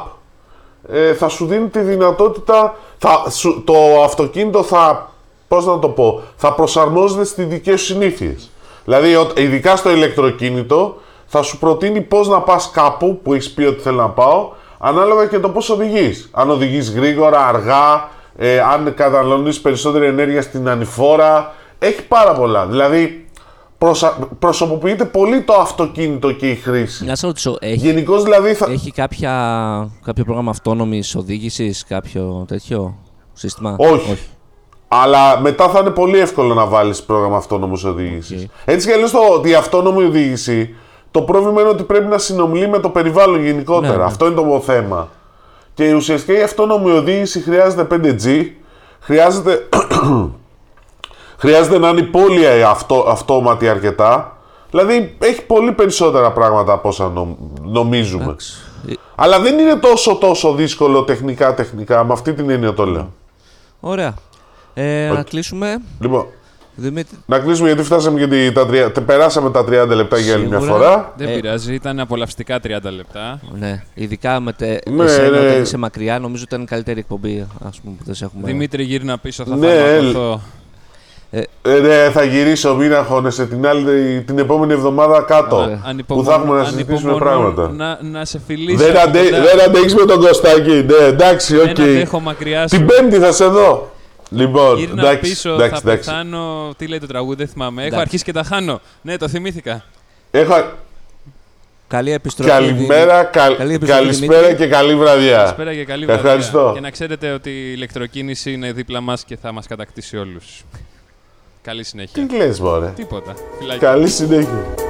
Speaker 2: ε, θα σου δίνει τη δυνατότητα, θα, σου- το αυτοκίνητο θα, πώς να το πω, θα προσαρμόζεται στις δικές σου συνήθειες. Δηλαδή, ο- ειδικά στο ηλεκτροκίνητο, θα σου προτείνει πώς να πας κάπου που έχεις πει ότι θέλω να πάω, ανάλογα και το πώς οδηγείς. Αν οδηγείς γρήγορα, αργά, ε, αν καταναλώνεις περισσότερη ενέργεια στην ανηφόρα, έχει πάρα πολλά. Δηλαδή, προσα- προσωποποιείται πολύ το αυτοκίνητο και η χρήση.
Speaker 1: Να σε ρωτήσω, έχει,
Speaker 2: Γενικώς δηλαδή θα...
Speaker 1: έχει κάποια, κάποιο πρόγραμμα αυτόνομης οδήγησης, κάποιο τέτοιο σύστημα.
Speaker 2: Όχι. Αλλά μετά θα είναι πολύ εύκολο να βάλεις πρόγραμμα αυτόνομης οδήγησης. Έτσι κι αλλιώς το η αυτόνομη οδήγηση, το πρόβλημα είναι ότι πρέπει να συνομιλεί με το περιβάλλον γενικότερα.
Speaker 1: Ναι, ναι.
Speaker 2: Αυτό είναι το θέμα. Και ουσιαστικά η αυτόνομη οδήγηση χρειάζεται 5G, χρειάζεται, χρειάζεται να είναι η πόλη αυτό, αυτόματη αρκετά. Δηλαδή έχει πολύ περισσότερα πράγματα από όσα νο- νομίζουμε.
Speaker 1: Ε,
Speaker 2: Αλλά δεν είναι τόσο τόσο δύσκολο τεχνικά τεχνικά, με αυτή την έννοια το λέω.
Speaker 1: Ωραία. Ε, Να κλείσουμε.
Speaker 2: Λοιπόν,
Speaker 1: Δημήτρη,
Speaker 2: Να κλείσουμε γιατί φτάσαμε και τη- τα τρία- τε- περάσαμε τα 30 λεπτά για άλλη μια
Speaker 1: Σίγουρα.
Speaker 2: φορά.
Speaker 3: Δεν πειράζει, ήταν απολαυστικά 30 λεπτά.
Speaker 1: ε. ναι, ειδικά με τε,
Speaker 2: Ναι,
Speaker 1: εσένα,
Speaker 2: ναι.
Speaker 1: όταν είσαι μακριά, νομίζω ήταν η καλύτερη εκπομπή ας πούμε, που δεν σε έχουμε.
Speaker 3: Δημήτρη, γύρνα πίσω, θα
Speaker 2: Ναι,
Speaker 3: θαυμακωθώ.
Speaker 2: Ε, ναι, θα γυρίσω, μην αγχώνεσαι την, άλλη, την επόμενη εβδομάδα κάτω.
Speaker 3: Α,
Speaker 2: που
Speaker 1: Ναι.
Speaker 3: ανυπομονώ-
Speaker 2: θα έχουμε να συζητήσουμε
Speaker 3: ανυπομονώ
Speaker 2: πράγματα.
Speaker 3: Να, να σε φιλήσω.
Speaker 2: Δεν,
Speaker 3: από
Speaker 2: αντε,
Speaker 3: κοντά.
Speaker 2: δεν αντέχεις με τον Κωστάκη. Ναι, εντάξει, οκ.
Speaker 3: Δεν αντέχω μακριά σου.
Speaker 2: Την Πέμπτη θα σε δω. Λοιπόν,
Speaker 3: Γύρνα
Speaker 2: εντάξει,
Speaker 3: πίσω,
Speaker 2: εντάξει,
Speaker 3: θα
Speaker 2: εντάξει.
Speaker 3: πεθάνω. Τι λέει το τραγούδι, δεν θυμάμαι. Έχω
Speaker 1: Εντάξει.
Speaker 3: αρχίσει και τα χάνω. Ναι, το θυμήθηκα.
Speaker 2: Έχω...
Speaker 1: Καλή επιστροφή.
Speaker 2: Καλημέρα,
Speaker 1: Δημήτρη.
Speaker 2: καλ-
Speaker 1: Καλή επιστροφή,
Speaker 2: καλησπέρα
Speaker 1: Δημήτρη.
Speaker 2: και καλή βραδιά.
Speaker 3: Καλησπέρα και καλή βραδιά.
Speaker 2: Ευχαριστώ.
Speaker 3: Και να ξέρετε ότι η ηλεκτροκίνηση είναι δίπλα μας και θα μας κατακτήσει όλους. Καλή συνέχεια.
Speaker 2: Τι λες, μωρέ.
Speaker 3: tipo, Τίποτα. Φιλάκια.
Speaker 2: Καλή συνέχεια.